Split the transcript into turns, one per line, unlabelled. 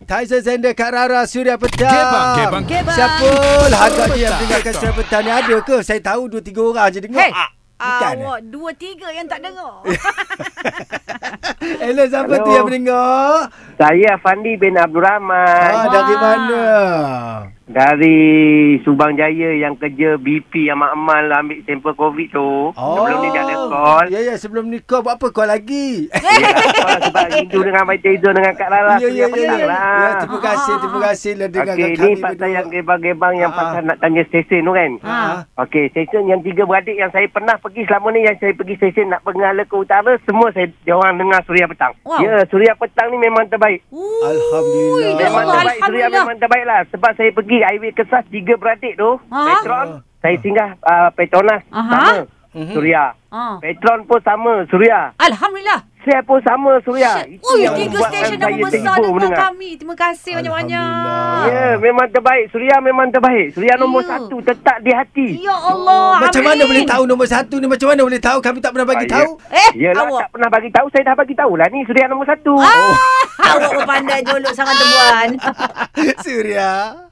Tyson Zender Kak Rara Suria Petang
Gebang, gebang.
Gebang.
Siapa lah harga dia yang dengarkan Suria Petang ni Ada ke? Saya tahu 2-3 orang je dengar
Hey,
Ah, Bukan
awak dua tiga yang tak dengar.
eh? Hello siapa tu
Hello.
yang mendengar?
Saya Fandi bin Abdul
Ah,
Rahman
dari mana?
dari Subang Jaya yang kerja BP yang Mak Amal ambil sampel COVID tu. Sebelum ni dah ada call.
Oh. Ya, ya. Sebelum ni call. Buat apa call lagi?
Ya, call sebab rindu dengan Abang Taizo dengan Kak Lala.
ya, ya, ya. ya.
Lah.
Terima kasih. Terima kasih lah dengarkan
Okey,
kami
ni pasal
berdua.
yang gebang-gebang yang
Ah,
pasal nak tanya stesen tu kan.
Ah.
Okey, stesen yang tiga beradik yang saya pernah pergi selama ni yang saya pergi stesen nak Pengala ke utara, semua saya dia orang dengar Suria Petang.
Wow.
Ya, Suria Petang ni memang terbaik.
Ui,
Alhamdulillah.
Ya
Memang
Allah,
terbaik Suria
Alhamdulillah.
memang terbaik lah Sebab saya pergi highway kesas Tiga beradik tu
Ha?
Petron Saya singgah uh, Petronas
Aha.
Sama
Mhm.
Suria
Ah.
Petron pun sama Suria
Alhamdulillah.
Saya pun sama Suria
Syed. Ui,
Ya, yang
Oh, tiga
membuatkan
stesen nama
saya
besar
terhibur
dengan
mendengar.
kami. Terima kasih banyak-banyak.
Alhamdulillah.
Ya memang terbaik Suria memang terbaik Suria nombor
Ya.
satu Tetap di hati
Ya Allah.
Macam
amin.
mana boleh tahu nombor satu ni? Macam mana boleh tahu? Kami tak pernah bagi
Ah, ya.
tahu.
Eh,
Yelah
awak.
tak pernah bagi tahu Saya dah bagi tahu lah Ni Suria nombor satu
Ah, awak pun pandai jolok sangat tebuan.
Suria.